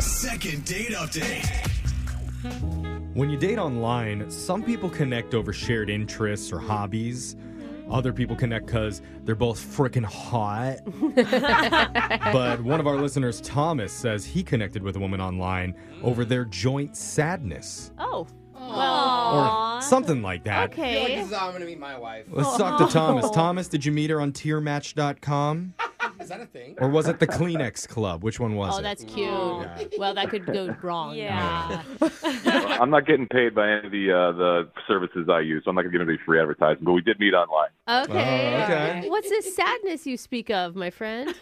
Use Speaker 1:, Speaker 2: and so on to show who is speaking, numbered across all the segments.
Speaker 1: Second date update.
Speaker 2: When you date online, some people connect over shared interests or hobbies. Other people connect because they're both freaking hot. but one of our listeners, Thomas, says he connected with a woman online over their joint sadness
Speaker 3: Oh.
Speaker 2: or something like that.
Speaker 4: I feel like this
Speaker 3: Okay. Oh.
Speaker 4: is how I'm gonna meet my wife.
Speaker 2: Let's talk to Thomas. Thomas, did you meet her on tiermatch.com
Speaker 4: Is that a thing?
Speaker 2: or was it the Kleenex Club? Which one was
Speaker 3: Oh,
Speaker 2: it?
Speaker 3: that's cute.
Speaker 2: Yeah.
Speaker 3: Well, that could go wrong.
Speaker 5: Yeah.
Speaker 6: I'm not getting paid by any of the uh, the services I use, so I'm not going to give any free advertising. But we did meet online.
Speaker 3: Okay.
Speaker 2: Oh, okay.
Speaker 3: What's this sadness you speak of, my friend?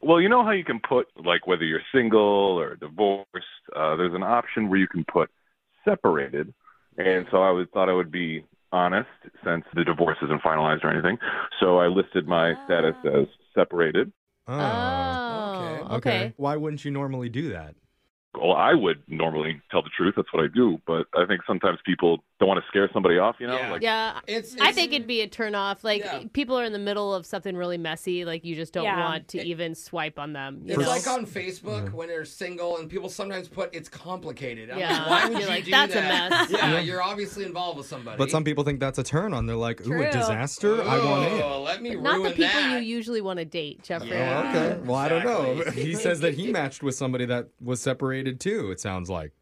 Speaker 6: Well, you know how you can put like whether you're single or divorced. Uh, there's an option where you can put separated, and so I was thought I would be honest since the divorce isn't finalized or anything. So I listed my status as separated.
Speaker 2: Oh,
Speaker 3: Oh. Okay.
Speaker 2: Why wouldn't you normally do that?
Speaker 6: Well, I would normally tell the truth. That's what I do. But I think sometimes people don't want to scare somebody off. You know,
Speaker 4: Yeah.
Speaker 6: like
Speaker 3: Yeah. I
Speaker 4: It's, it's-
Speaker 3: think it'd be a turnoff. Like
Speaker 4: Yeah.
Speaker 3: people are in the middle of something really messy. Like you just don't
Speaker 5: Yeah.
Speaker 3: want to even swipe on them. You
Speaker 4: It's
Speaker 3: know?
Speaker 4: like on Facebook when they're single and people sometimes put it's complicated. I'm
Speaker 3: Yeah.
Speaker 4: Like, Why would
Speaker 3: You're
Speaker 4: you
Speaker 3: like,
Speaker 4: do
Speaker 3: "That's a
Speaker 4: that?"
Speaker 3: mess.
Speaker 4: Yeah,
Speaker 2: Yeah.
Speaker 4: you're obviously involved with somebody.
Speaker 2: But some people think that's a turn on. They're like, ooh, a
Speaker 5: True.
Speaker 2: disaster? I want in.
Speaker 4: Oh, Let me
Speaker 3: Not
Speaker 4: ruin
Speaker 3: the people
Speaker 4: that.
Speaker 3: you usually want to date, Jeffrey.
Speaker 4: Yeah.
Speaker 2: Oh, okay. Well, I don't know.
Speaker 4: Exactly.
Speaker 2: He says that he matched with somebody that was separated too, it sounds like.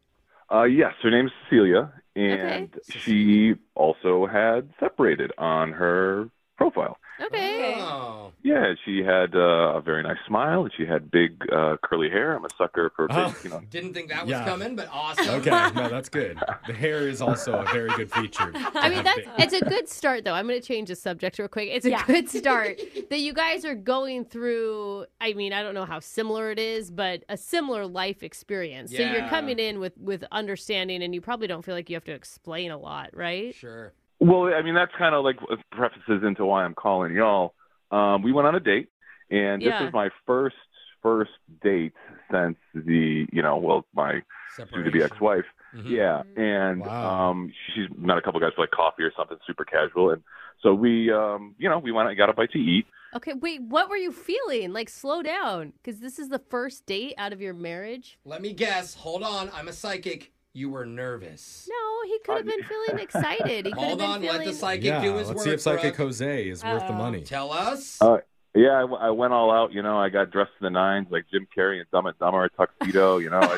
Speaker 6: Uh, yes, her name's Cecilia,
Speaker 3: Okay.
Speaker 6: and she also had separated on her profile.
Speaker 3: Okay.
Speaker 4: Oh.
Speaker 6: Yeah, she had uh, a very nice smile, and she had big uh, curly hair. I'm a sucker for big,
Speaker 2: Oh.
Speaker 6: you know.
Speaker 4: Didn't think that was
Speaker 2: Yeah.
Speaker 4: coming, but awesome.
Speaker 2: Okay, no, that's good. The hair is also a very good feature.
Speaker 3: I mean, that's it's a good start, though. I'm going to change the subject real quick. It's a
Speaker 5: Yeah.
Speaker 3: good start that you guys are going through. I mean, I don't know how similar it is, but a similar life experience. So you're
Speaker 4: Yeah.
Speaker 3: coming in with with understanding, and you probably don't feel like you have to explain a lot, right?
Speaker 4: Sure.
Speaker 6: Well, I mean, that's kind of like what prefaces into why I'm calling y'all. Um, we went on a date, and this
Speaker 3: Yeah.
Speaker 6: is my first first date since the you know, well, my soon to be ex wife.
Speaker 4: Mhm.
Speaker 6: Yeah, and
Speaker 2: Wow.
Speaker 6: um, she's met a couple guys for like coffee or something, super casual, and so we, um, you know, we went out and got a bite to eat.
Speaker 3: Okay, wait, what were you feeling? Like, slow down, because this is the first date out of your marriage.
Speaker 4: Let me guess. Hold on. I'm a psychic. You were nervous.
Speaker 3: No, he could have been feeling excited. He could have
Speaker 4: Hold
Speaker 3: been
Speaker 4: on.
Speaker 3: feeling.
Speaker 4: Let the psychic
Speaker 2: yeah,
Speaker 4: do his
Speaker 2: let's
Speaker 4: work.
Speaker 2: see if Psychic
Speaker 4: Brooke.
Speaker 2: Jose is worth the
Speaker 5: Uh-oh.
Speaker 2: money.
Speaker 4: Tell us.
Speaker 6: Uh, Yeah, I, w- I went all out. You know, I got dressed to the nines, like Jim Carrey and Dumb and Dumber, a tuxedo. You know, I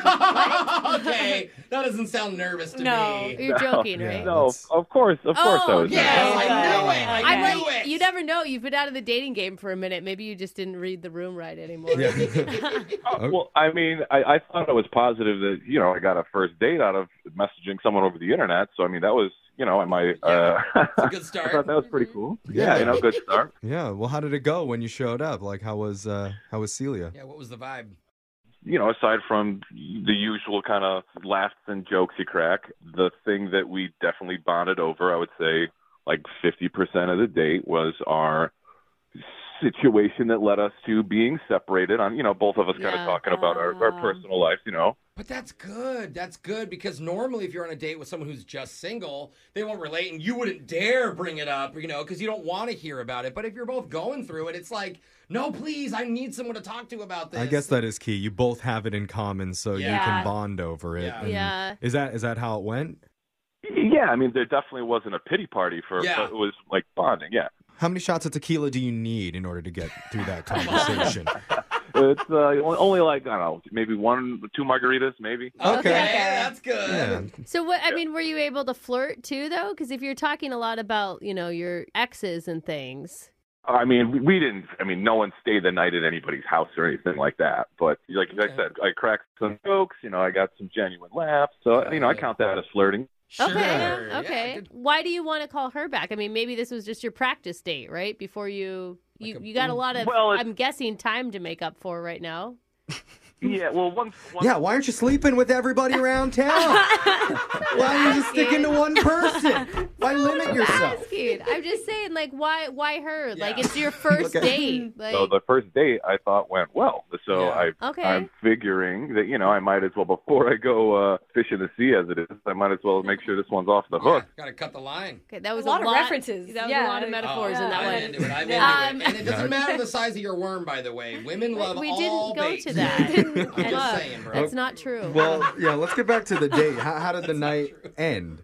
Speaker 6: just,
Speaker 4: okay. That doesn't sound nervous to
Speaker 5: No.
Speaker 4: me.
Speaker 3: You're joking,
Speaker 2: Yeah.
Speaker 3: right?
Speaker 6: no,
Speaker 2: that's-
Speaker 6: of course, of course, I
Speaker 3: Oh,
Speaker 6: was.
Speaker 4: Yes, I
Speaker 5: Okay.
Speaker 4: knew it. I
Speaker 3: I'm
Speaker 4: knew
Speaker 3: like,
Speaker 4: it.
Speaker 3: you never know. You've been out of the dating game for a minute. Maybe you just didn't read the room right anymore.
Speaker 2: Yeah.
Speaker 6: Uh, Well, I mean, I, I thought I was positive that you know I got a first date out of messaging someone over the internet. So I mean, that was you know my uh,
Speaker 4: It's a good
Speaker 6: I thought
Speaker 4: start.
Speaker 6: that was pretty cool. Yeah, you know, good start.
Speaker 2: yeah, well, how did it go when you showed up? Like, how was uh, how was Celia?
Speaker 4: Yeah, what was the vibe?
Speaker 6: you know, aside from the usual kind of laughs and jokes you crack, the thing that we definitely bonded over, I would say, like 50% of the date was our situation that led us to being separated on, you know, both of us kind
Speaker 3: Yeah.
Speaker 6: of talking about our, our
Speaker 5: Ah.
Speaker 6: personal lives, you know.
Speaker 4: But that's good. That's good because normally, if you're on a date with someone who's just single, they won't relate, and you wouldn't dare bring it up, you know, because you don't want to hear about it. But if you're both going through it, it's like, no, please, I need someone to talk to about this.
Speaker 2: I guess that is key. You both have it in common, so you
Speaker 4: Yeah.
Speaker 2: can bond over it.
Speaker 4: Yeah.
Speaker 2: and-
Speaker 3: Yeah.
Speaker 2: Is that is that how it went?
Speaker 6: Yeah, I mean, there definitely wasn't a pity party for,
Speaker 4: Yeah.
Speaker 6: but it was like bonding, yeah.
Speaker 2: How many shots of tequila do you need in order to get through that conversation?
Speaker 6: It's uh, only like, I don't know, maybe one, two margaritas, maybe.
Speaker 4: Okay,
Speaker 2: Okay.
Speaker 4: that's good.
Speaker 2: yeah.
Speaker 3: So what? I mean, were you able to flirt too, though? Because if you're talking a lot about, you know, your exes and things.
Speaker 6: I mean, we- we didn't. I mean, no one stayed the night at anybody's house or anything like that. But like
Speaker 4: Okay.
Speaker 6: I said, I cracked some jokes. You know, I got some genuine laughs. So you know, I count that as flirting.
Speaker 4: Sure.
Speaker 3: Okay.
Speaker 4: Yeah,
Speaker 3: Okay.
Speaker 4: good.
Speaker 3: Why do you want to call her back? I mean, maybe this was just your practice date, right? Before you. You,
Speaker 4: Like a-
Speaker 3: you got a lot of
Speaker 6: Well, it-
Speaker 3: I'm guessing time to make up for right now.
Speaker 6: Yeah. Well, once. once
Speaker 2: Yeah, why aren't you sleeping with everybody around town? why are you just sticking to one person? Why limit yourself?
Speaker 3: Asking. I'm just saying, like, why why her? Like,
Speaker 4: Yeah.
Speaker 3: it's your first
Speaker 2: Okay.
Speaker 3: date. Like,
Speaker 6: So the first date I thought went well. So
Speaker 4: Yeah.
Speaker 6: I,
Speaker 3: Okay.
Speaker 6: I'm figuring that you know I might as well before I go uh, fish in the sea as it is. I might as well make sure this one's off the hook.
Speaker 4: Gotta cut the line.
Speaker 3: okay, that was
Speaker 5: lot of references.
Speaker 3: That was a
Speaker 5: Yeah.
Speaker 3: lot of metaphors
Speaker 5: Oh,
Speaker 3: in that
Speaker 4: I'm
Speaker 3: one.
Speaker 4: into it. I'm
Speaker 3: Yeah.
Speaker 4: into it. And it doesn't matter the size of your worm, by the way. Women love
Speaker 3: we
Speaker 4: all
Speaker 3: didn't go
Speaker 4: bait.
Speaker 3: to that.
Speaker 4: I'm just
Speaker 3: Look,
Speaker 4: saying, bro.
Speaker 3: That's not true.
Speaker 2: Well, yeah, let's get back to the date. How, how did the night end?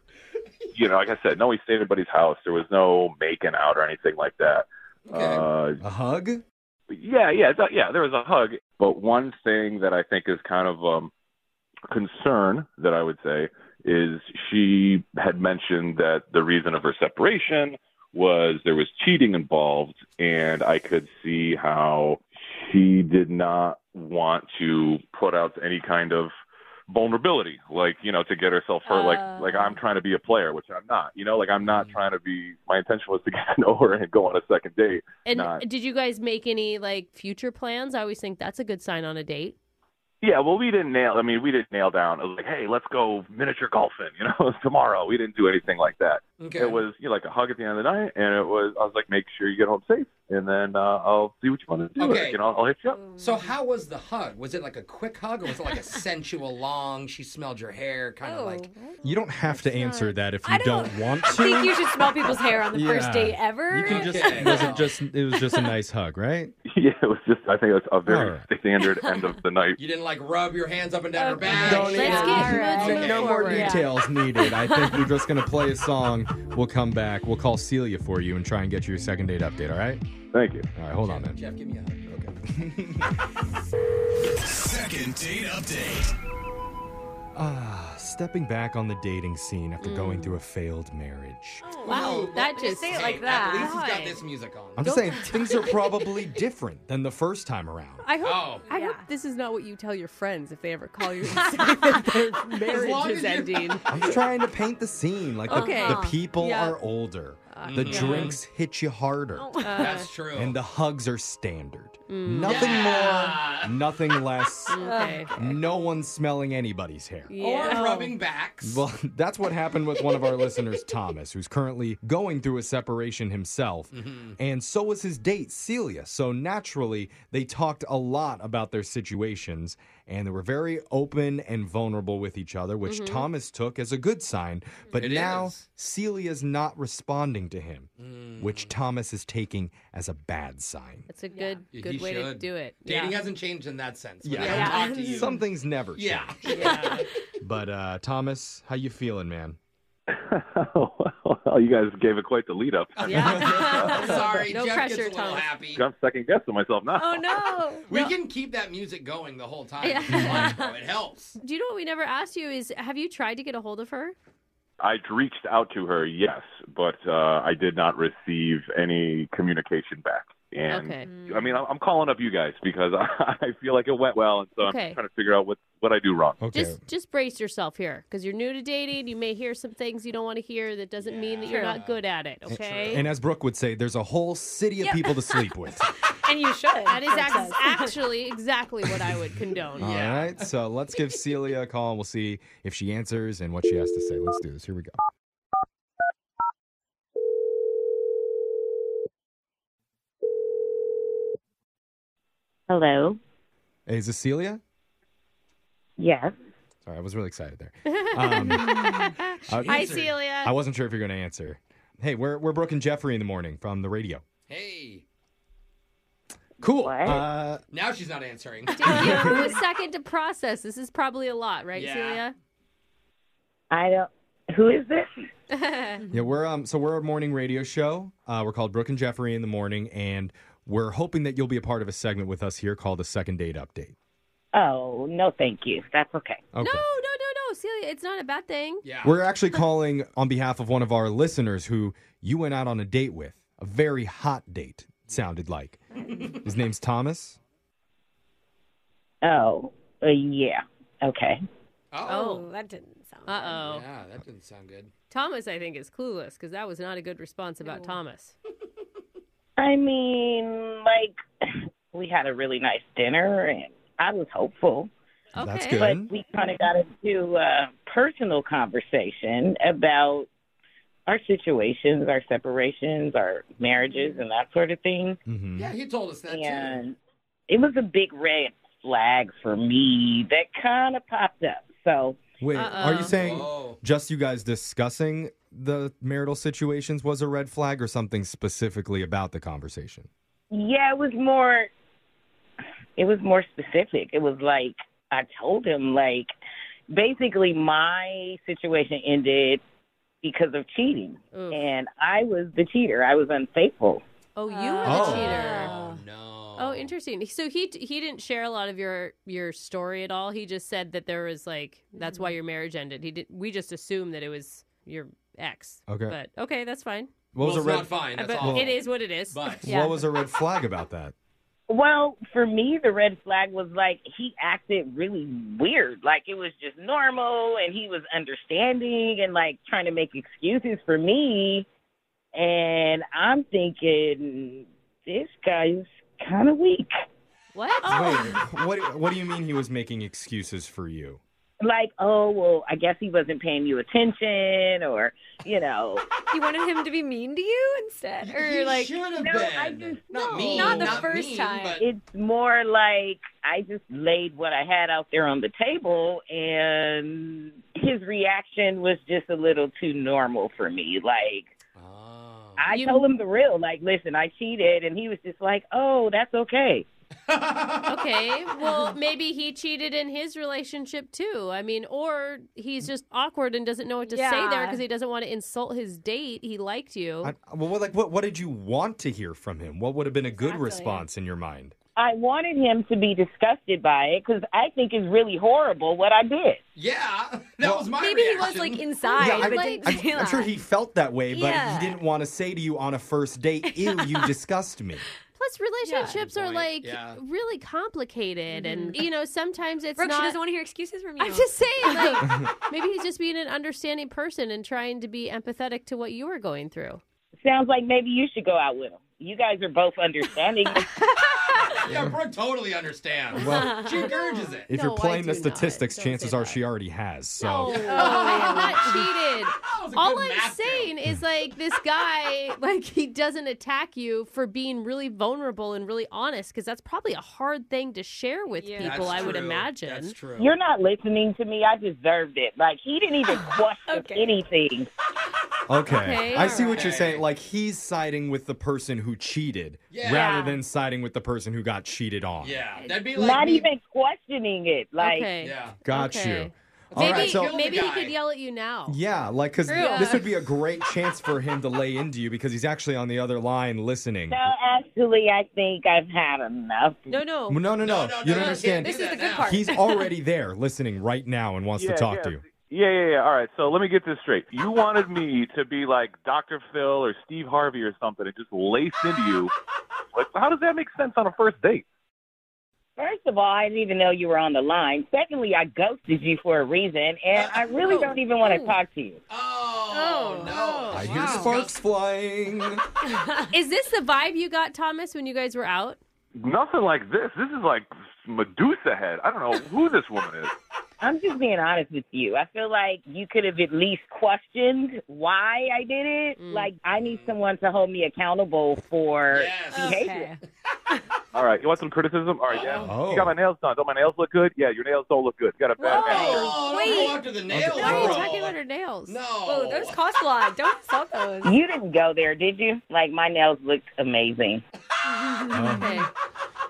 Speaker 6: You know, like I said, no, we stayed at anybody's house. There was no making out or anything like that.
Speaker 4: Okay.
Speaker 6: Uh,
Speaker 2: A hug?
Speaker 6: Yeah, yeah, it's not- yeah. There was a hug, but one thing that I think is kind of um, concern that I would say is she had mentioned that the reason of her separation was there was cheating involved, and I could see how she did not want to put out any kind of vulnerability, like you know, to get herself hurt.
Speaker 3: Uh.
Speaker 6: like like I'm trying to be a player, which I'm not. You know, like I'm not trying to be. My intention was to get to know her and go on a second date.
Speaker 3: and
Speaker 6: not.
Speaker 3: did you guys make any like future plans? I always think that's a good sign on a date.
Speaker 6: Yeah, well, we didn't nail. I mean, we didn't nail down. It was like, hey, let's go miniature golfing, you know, tomorrow. We didn't do anything like that.
Speaker 4: okay.
Speaker 6: It was you know, like a hug at the end of the night, and it was. I was like, make sure you get home safe, and then uh, I'll see what you want to do.
Speaker 4: Okay.
Speaker 6: You know, I'll hit you up.
Speaker 4: so how was the hug? Was it like a quick hug, or was it like a sensual long? She smelled your hair, kind of
Speaker 5: Oh,
Speaker 4: like.
Speaker 2: You don't have to answer that if you
Speaker 5: I
Speaker 2: don't,
Speaker 5: don't-
Speaker 2: want
Speaker 5: I
Speaker 2: to.
Speaker 5: think you should smell people's hair on the
Speaker 2: Yeah.
Speaker 5: first date ever.
Speaker 2: You can just
Speaker 4: Okay.
Speaker 2: it was it just it was just a nice hug, right?
Speaker 6: Yeah, it was just. I think it was a very
Speaker 2: All
Speaker 6: standard end of the night.
Speaker 4: You didn't like rub your hands up and down her
Speaker 5: Okay.
Speaker 4: back.
Speaker 5: Don't
Speaker 3: Let's
Speaker 5: Yeah.
Speaker 3: get
Speaker 5: All
Speaker 3: let's
Speaker 5: right.
Speaker 3: move
Speaker 2: No more
Speaker 3: forward.
Speaker 2: details needed. I think we're just gonna play a song. We'll come back. We'll call Celia for you and try and get you a second date update. All right.
Speaker 6: Thank you.
Speaker 2: All right. Hold on, man.
Speaker 4: Jeff, give me a hug. Okay.
Speaker 1: Second date update.
Speaker 2: Ah, stepping back on the dating scene after going through a
Speaker 3: Mm.
Speaker 2: failed marriage.
Speaker 3: Wow, that
Speaker 5: Just
Speaker 3: just
Speaker 5: say it like
Speaker 4: Hey,
Speaker 5: that.
Speaker 4: At least he's got
Speaker 3: Why?
Speaker 4: this music on.
Speaker 2: I'm just saying things are probably different than the first time around.
Speaker 3: I hope
Speaker 4: Oh.
Speaker 3: I hope
Speaker 5: Yeah.
Speaker 3: this is not what you tell your friends if they ever call you and say that their
Speaker 4: long
Speaker 3: marriage
Speaker 4: as
Speaker 3: is
Speaker 4: you-
Speaker 3: ending.
Speaker 2: I'm just trying to paint the scene. Like the,
Speaker 3: Okay.
Speaker 2: the people
Speaker 3: Yeah. Mm-hmm. Oh.
Speaker 2: are older. The drinks hit you harder.
Speaker 4: That's true.
Speaker 2: And the hugs are standard.
Speaker 3: Mm.
Speaker 2: Nothing
Speaker 4: Yeah.
Speaker 2: more, nothing less.
Speaker 3: Okay.
Speaker 2: No one's smelling anybody's hair.
Speaker 4: or
Speaker 3: Yeah.
Speaker 4: rubbing backs.
Speaker 2: Well, that's what happened with one of our listeners, Thomas, who's currently going through a separation himself.
Speaker 4: Mm-hmm.
Speaker 2: And so was his date, Celia. So naturally, they talked a lot about their situations and they were very open and vulnerable with each other, which Thomas took as a good sign. But
Speaker 4: Mm-hmm. It
Speaker 2: now
Speaker 4: is. Mm.
Speaker 2: Celia's not responding to him, which Thomas is taking as a bad sign.
Speaker 3: That's a good
Speaker 4: He
Speaker 3: good way to
Speaker 4: should.
Speaker 3: do it.
Speaker 4: Dating
Speaker 3: yeah.
Speaker 4: hasn't changed in that sense. When
Speaker 2: Yeah.
Speaker 4: I don't
Speaker 5: Yeah.
Speaker 4: talk to you.
Speaker 2: Some things never
Speaker 4: yeah.
Speaker 2: change. But uh, Thomas, how you feeling, man?
Speaker 6: well, you guys gave it quite the lead up.
Speaker 3: Yeah.
Speaker 4: Sorry,
Speaker 3: No
Speaker 4: Jeff
Speaker 3: pressure,
Speaker 4: gets a little
Speaker 3: Thomas.
Speaker 4: happy.
Speaker 6: I'm second guessing myself now.
Speaker 5: Oh no.
Speaker 4: We can keep that music going the whole time.
Speaker 3: Yeah.
Speaker 4: It's fun, bro. It helps.
Speaker 3: Do you know what we never asked you is have you tried to get a hold of her?
Speaker 6: I reached out to her, yes, but uh, I did not receive any communication back. And
Speaker 3: Okay.
Speaker 6: I mean, I'm I'm calling up you guys because I, I feel like it went well, and so
Speaker 3: Okay.
Speaker 6: I'm trying to figure out what what I do wrong.
Speaker 2: Okay.
Speaker 3: Just just brace yourself here because you're new to dating. You may hear some things you don't want to hear. That doesn't mean that you're
Speaker 5: True.
Speaker 3: not good at it. Okay.
Speaker 2: and as Brooke would say, there's a whole city of people to sleep with.
Speaker 5: And you should.
Speaker 3: that is
Speaker 5: Brooke
Speaker 3: ac-
Speaker 5: says.
Speaker 3: actually exactly what I would condone.
Speaker 2: All
Speaker 4: Yeah.
Speaker 2: right, so let's give Celia a call and we'll see if she answers and what she has to say. Let's do this. Here we go.
Speaker 7: Hello.
Speaker 2: Hey, is this Celia?
Speaker 7: Yes.
Speaker 2: Sorry, I was really excited there. Um, uh,
Speaker 3: Hi, Celia.
Speaker 2: I wasn't sure if you're going to answer. Hey, we're, we're Brooke and Jeffrey in the morning from the radio.
Speaker 4: Hey.
Speaker 2: Cool.
Speaker 7: What?
Speaker 2: Uh,
Speaker 4: Now she's not answering.
Speaker 3: Give you a second to process. This is probably a lot, right,
Speaker 4: Yeah.
Speaker 3: Celia?
Speaker 7: I don't. Who is this?
Speaker 2: yeah, we're um, so we're a morning radio show. Uh, we're called Brooke and Jeffrey in the morning, and we're hoping that you'll be a part of a segment with us here called the Second Date Update.
Speaker 7: Oh, no, thank you. That's okay.
Speaker 2: Okay.
Speaker 3: No, no, no, no, Celia. It's not a bad thing.
Speaker 4: Yeah.
Speaker 2: We're actually calling on behalf of one of our listeners who you went out on a date with. A very hot date, it sounded like. His name's Thomas.
Speaker 7: Oh, uh, yeah. Okay.
Speaker 4: oh.
Speaker 5: Oh, that didn't sound.
Speaker 3: Uh oh.
Speaker 4: Yeah, that didn't sound good.
Speaker 3: Thomas, I think, is clueless because that was not a good response about Thomas.
Speaker 7: I mean, like, we had a really nice dinner, and I was hopeful,
Speaker 3: Okay.
Speaker 2: That's
Speaker 7: but
Speaker 2: Good.
Speaker 7: we kind of got into a personal conversation about our situations, our separations, our marriages, and that sort of thing.
Speaker 2: Mm-hmm.
Speaker 4: Yeah, he told us that too.
Speaker 7: And it was a big red flag for me that kind of popped up. So,
Speaker 2: Wait, are you
Speaker 3: Uh-oh.
Speaker 2: saying
Speaker 4: Whoa.
Speaker 2: just you guys discussing the marital situations was a red flag or something specifically about the conversation?
Speaker 7: Yeah, it was more. it was more specific. It was like I told him like basically my situation ended because of cheating
Speaker 3: Oof.
Speaker 7: and I was the cheater. I was unfaithful.
Speaker 3: Oh, you were the
Speaker 2: Oh.
Speaker 3: cheater.
Speaker 4: no.
Speaker 3: Oh, interesting. So he he didn't share a lot of your your story at all. He just said that there was like that's
Speaker 5: Mm-hmm.
Speaker 3: why your marriage ended. He did. We just assumed that it was your ex.
Speaker 2: Okay.
Speaker 3: But okay, that's fine.
Speaker 2: What was
Speaker 4: well,
Speaker 2: a
Speaker 4: it's
Speaker 2: red?
Speaker 4: not fine. That's
Speaker 3: but
Speaker 4: awful.
Speaker 3: it is what it is.
Speaker 4: But
Speaker 5: Yeah.
Speaker 2: What was a red flag about that?
Speaker 7: Well, for me, the red flag was like he acted really weird. Like it was just normal and he was understanding and like trying to make excuses for me. And I'm thinking, this guy's kind of weak.
Speaker 3: what?
Speaker 2: Wait, what? What do you mean he was making excuses for you?
Speaker 7: Like, oh, well, I guess he wasn't paying you attention or, you know.
Speaker 5: You wanted him to be mean to you instead, or
Speaker 4: You
Speaker 5: like
Speaker 4: should have
Speaker 7: No,
Speaker 4: been.
Speaker 7: I just-
Speaker 4: not
Speaker 7: no.
Speaker 4: mean,
Speaker 7: Not the
Speaker 5: first
Speaker 4: mean,
Speaker 5: time.
Speaker 4: but-
Speaker 7: It's more like I just laid what I had out there on the table, and his reaction was just a little too normal for me. Like,
Speaker 4: Oh.
Speaker 7: I
Speaker 3: You-
Speaker 7: told him the real, like, listen, I cheated, and he was just like, oh, that's okay.
Speaker 3: okay. Well, maybe he cheated in his relationship too. I mean, or he's just awkward and doesn't know what to say there
Speaker 5: Yeah.
Speaker 3: because he doesn't want to insult his date. He liked you.
Speaker 2: I, well, what- like, what? What did you want to hear from him? What would have been a good
Speaker 5: Exactly.
Speaker 2: response in your mind?
Speaker 7: I wanted him to be disgusted by it because I think it's really horrible what I did.
Speaker 4: yeah, that
Speaker 2: Well,
Speaker 4: was my
Speaker 5: maybe he was
Speaker 4: reaction.
Speaker 5: like inside,
Speaker 2: I,
Speaker 5: but
Speaker 3: like-
Speaker 5: didn't
Speaker 2: I'm,
Speaker 5: feel
Speaker 2: I'm sure
Speaker 5: it.
Speaker 2: he felt that way, but
Speaker 5: Yeah.
Speaker 2: he didn't want to say to you on a first date, "Ew, you disgust me."
Speaker 3: Plus, relationships
Speaker 4: Good
Speaker 3: are
Speaker 4: point.
Speaker 3: like
Speaker 4: Yeah.
Speaker 3: really complicated, and you know sometimes it's
Speaker 5: Brooke, she
Speaker 3: not.
Speaker 5: doesn't want to hear excuses from you.
Speaker 3: I'm just saying, like maybe he's just being an understanding person and trying to be empathetic to what you were going through.
Speaker 7: Sounds like maybe you should go out with him. You guys are both understanding.
Speaker 4: yeah, Brooke totally understands.
Speaker 2: Well-
Speaker 4: she urges it.
Speaker 2: If
Speaker 3: No,
Speaker 2: you're
Speaker 3: I
Speaker 2: playing the
Speaker 3: do not.
Speaker 2: statistics,
Speaker 3: Don't
Speaker 2: chances
Speaker 3: say
Speaker 2: are
Speaker 3: that.
Speaker 2: she already has. So
Speaker 3: Oh, I have not cheated.
Speaker 4: That was a
Speaker 3: All
Speaker 4: good
Speaker 3: I'm
Speaker 4: math joke.
Speaker 3: saying is like this guy, like he doesn't attack you for being really vulnerable and really honest, because that's probably a hard thing to share with
Speaker 5: Yeah.
Speaker 4: That's
Speaker 3: people. I would
Speaker 4: true.
Speaker 3: imagine.
Speaker 4: That's true.
Speaker 7: You're not listening to me. I deserved it. Like, he didn't even question
Speaker 5: Okay.
Speaker 7: anything.
Speaker 2: okay.
Speaker 3: Okay,
Speaker 2: I see what you're
Speaker 4: alright.
Speaker 2: saying. Like he's siding with the person who cheated
Speaker 4: Yeah.
Speaker 2: rather than siding with the person who got cheated on.
Speaker 4: yeah, that'd be like
Speaker 7: Not
Speaker 4: me-
Speaker 7: even questioning it. Like,
Speaker 3: okay.
Speaker 4: Yeah.
Speaker 2: Got
Speaker 3: Okay.
Speaker 2: you. All
Speaker 3: Maybe
Speaker 2: right, so
Speaker 4: Kill the
Speaker 3: maybe he
Speaker 4: guy.
Speaker 3: could yell at you now.
Speaker 2: Yeah, like because
Speaker 3: True.
Speaker 2: this would be a great chance for him to lay into you because he's actually on the other line listening.
Speaker 7: no, actually, I think I've had enough.
Speaker 3: No, no.
Speaker 2: No, no, no.
Speaker 4: No, no,
Speaker 2: you
Speaker 4: no,
Speaker 2: don't
Speaker 4: no,
Speaker 2: understand.
Speaker 4: can't
Speaker 5: This
Speaker 4: do
Speaker 5: is
Speaker 4: that
Speaker 5: the good
Speaker 4: now.
Speaker 5: part.
Speaker 2: He's already there listening right now and wants to talk to you.
Speaker 6: Yeah, yeah, yeah. All right, so let me get this straight. You wanted me to be like Dr. Phil or Steve Harvey or something and just lace into you. Like, how does that make sense on a first date?
Speaker 7: First of all, I didn't even know you were on the line. Secondly, I ghosted you for a reason, and
Speaker 3: Uh,
Speaker 7: I
Speaker 3: oh,
Speaker 7: really don't even want to talk to you.
Speaker 4: Oh,
Speaker 5: Oh,
Speaker 4: no!
Speaker 5: oh.
Speaker 2: I
Speaker 4: Wow.
Speaker 2: hear sparks flying.
Speaker 3: Is this the vibe you got, Thomas, when you guys were out?
Speaker 6: Nothing like this. This is like Medusa head. I don't know who this woman is.
Speaker 7: I'm just being honest with you. I feel like you could have at least questioned why I did it. Like, I need someone to hold me accountable
Speaker 3: Oh.
Speaker 7: for
Speaker 4: Yes.
Speaker 7: behavior.
Speaker 6: All right, you want some criticism? All right, yeah.
Speaker 2: Oh.
Speaker 6: You got my nails done. Don't my nails look good? Yeah, your nails don't look good. You got a bad manicure.
Speaker 4: Oh,
Speaker 5: Wait.
Speaker 4: don't go after the nails,
Speaker 2: No,
Speaker 3: Why are you
Speaker 4: bro.
Speaker 3: talking about her nails?
Speaker 4: No.
Speaker 5: Whoa, those cost a lot. Don't insult those.
Speaker 7: You didn't go there, did you? Like, my nails looked amazing.
Speaker 2: Oh,
Speaker 3: Okay.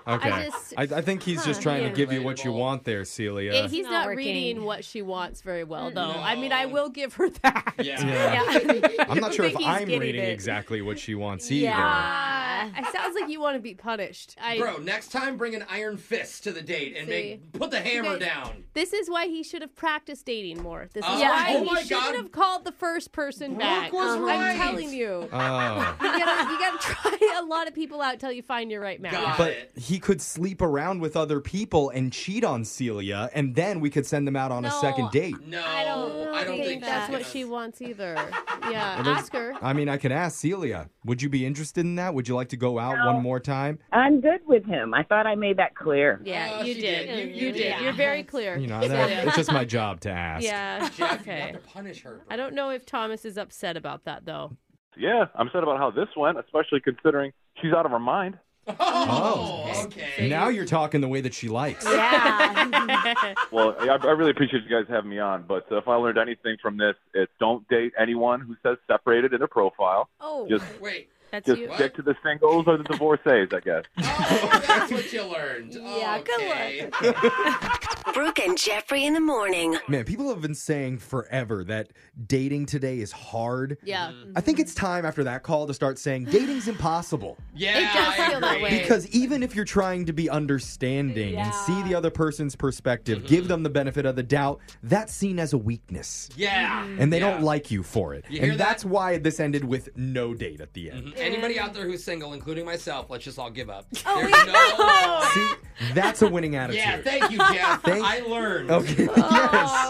Speaker 2: okay.
Speaker 3: I just-
Speaker 2: I, I think he's just trying to give you what you
Speaker 4: Relatable.
Speaker 2: want there, Celia.
Speaker 3: Eh, he's
Speaker 5: Not
Speaker 3: not,
Speaker 5: working.
Speaker 3: reading what she wants very well, though.
Speaker 4: No.
Speaker 3: I mean, I will give her that.
Speaker 4: Yeah.
Speaker 5: Yeah.
Speaker 2: I'm not sure if
Speaker 5: think he's
Speaker 2: I'm
Speaker 5: getting
Speaker 2: reading
Speaker 5: it.
Speaker 2: exactly what she wants either.
Speaker 5: Yeah.
Speaker 3: It sounds like you want to be punished. I,
Speaker 4: Bro, next time bring an iron fist to the date and
Speaker 3: See?
Speaker 4: make put the hammer
Speaker 3: You guys-
Speaker 4: down.
Speaker 3: This is why he should have practiced dating more. This is
Speaker 4: Oh,
Speaker 3: why
Speaker 5: oh
Speaker 3: he
Speaker 4: my
Speaker 3: shouldn't
Speaker 4: God.
Speaker 3: have called the first person
Speaker 4: Brooke
Speaker 3: back.
Speaker 4: was right.
Speaker 3: I'm telling you.
Speaker 2: Oh.
Speaker 3: You gotta, you gotta try a lot of people out till you find your right match.
Speaker 4: God.
Speaker 2: But he could sleep around with other people and cheat on Celia, and then we could send them out on a
Speaker 3: No,
Speaker 2: second date.
Speaker 4: No,
Speaker 3: I don't, think,
Speaker 4: Oh, think
Speaker 3: that's
Speaker 4: she's
Speaker 3: what
Speaker 4: gonna-
Speaker 3: she wants either. Yeah,
Speaker 2: Well, there's-
Speaker 3: ask her.
Speaker 2: I mean, I could ask Celia, would you be interested in that? Would you like to go out
Speaker 7: No.
Speaker 2: one more time?
Speaker 7: I'm good with him. I thought I made that clear.
Speaker 3: Yeah,
Speaker 4: Oh,
Speaker 3: you
Speaker 4: she
Speaker 3: did.
Speaker 4: did.
Speaker 3: You, you did.
Speaker 5: Yeah.
Speaker 3: You're very clear.
Speaker 2: You know, that, it's just my job to ask.
Speaker 3: yeah.
Speaker 4: Jeff, you
Speaker 3: Okay.
Speaker 4: have to punish her. Bro.
Speaker 3: I don't know if Thomas is upset about that though.
Speaker 6: Yeah, I'm sad about how this went, especially considering she's out of her mind.
Speaker 4: Oh,
Speaker 2: Oh.
Speaker 4: okay.
Speaker 2: Now you're talking the way that she likes.
Speaker 5: Yeah.
Speaker 6: Well, I, I really appreciate you guys having me on, but uh, if I learned anything from this, it's don't date anyone who says separated in their profile.
Speaker 5: oh.
Speaker 6: Just
Speaker 4: Wait,
Speaker 3: That's
Speaker 6: Just
Speaker 3: you.
Speaker 4: What?
Speaker 6: stick to the singles or the divorcees, I guess.
Speaker 4: Oh, that's what you learned.
Speaker 5: Yeah, good
Speaker 4: Okay.
Speaker 8: Brooke and Jeffrey in the morning.
Speaker 2: Man, people have been saying forever that dating today is hard.
Speaker 3: Yeah.
Speaker 4: Mm-hmm.
Speaker 2: I think it's time after that call to start saying dating's impossible.
Speaker 4: Yeah,
Speaker 3: It does
Speaker 4: I
Speaker 3: feel that
Speaker 4: agree.
Speaker 3: way.
Speaker 2: Because even if you're trying to be understanding and see the other person's perspective,
Speaker 4: Mm-hmm.
Speaker 2: give them the benefit of the doubt, that's seen as a weakness.
Speaker 4: Yeah.
Speaker 3: Mm-hmm.
Speaker 2: And they
Speaker 4: Yeah.
Speaker 2: don't like you for it.
Speaker 4: You hear
Speaker 2: and
Speaker 4: that?
Speaker 2: that's why this ended with no date at the end.
Speaker 4: Mm-hmm. Anybody out there who's single, including myself, let's just all give up.
Speaker 5: Oh,
Speaker 4: There's
Speaker 5: wait,
Speaker 4: no.
Speaker 2: See, that's a winning attitude.
Speaker 4: Mm-hmm. Yeah, thank you, Jeff.
Speaker 2: Thank-
Speaker 4: I learned.
Speaker 2: okay. yes.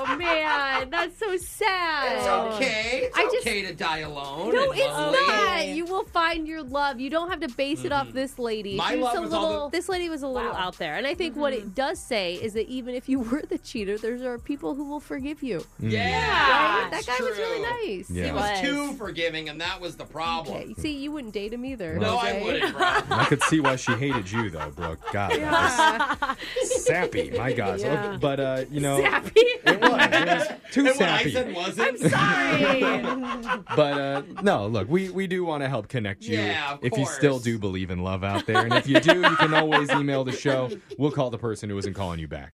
Speaker 3: Oh man, that's so sad.
Speaker 4: It's okay. It's
Speaker 3: Oh. I just-
Speaker 4: okay to die alone.
Speaker 3: No,
Speaker 4: and
Speaker 3: it's
Speaker 4: lonely.
Speaker 3: not. You will find your love. You don't have to base it off this lady.
Speaker 4: Mm-hmm. My
Speaker 3: she was
Speaker 4: love
Speaker 3: a
Speaker 4: was all
Speaker 3: little.
Speaker 4: the-
Speaker 3: This lady was a little out there, and I think what it does say is that even if you were the cheater, there are people who will forgive you.
Speaker 2: Mm.
Speaker 4: Yeah.
Speaker 3: Right? That
Speaker 4: it's
Speaker 3: guy was really
Speaker 4: true.
Speaker 3: nice.
Speaker 2: Yeah.
Speaker 4: He was
Speaker 5: was.
Speaker 4: too forgiving, and that was the problem.
Speaker 3: Okay. See, you wouldn't date him either.
Speaker 4: No, I
Speaker 3: Jose.
Speaker 4: wouldn't, bro.
Speaker 2: I could see why she hated you, though, Brooke. God, that was sappy. My God.
Speaker 3: Yeah.
Speaker 2: But, uh, you know,
Speaker 3: Zappy.
Speaker 2: it was. It was too
Speaker 4: and what I
Speaker 2: sappy.
Speaker 4: said wasn't.
Speaker 3: Sorry.
Speaker 2: but uh, no, look, we, we do want to help connect you
Speaker 4: Yeah, of
Speaker 2: if you still
Speaker 4: course.
Speaker 2: do believe in love out there. And if you do, you can always email the show. We'll call the person who isn't calling you back.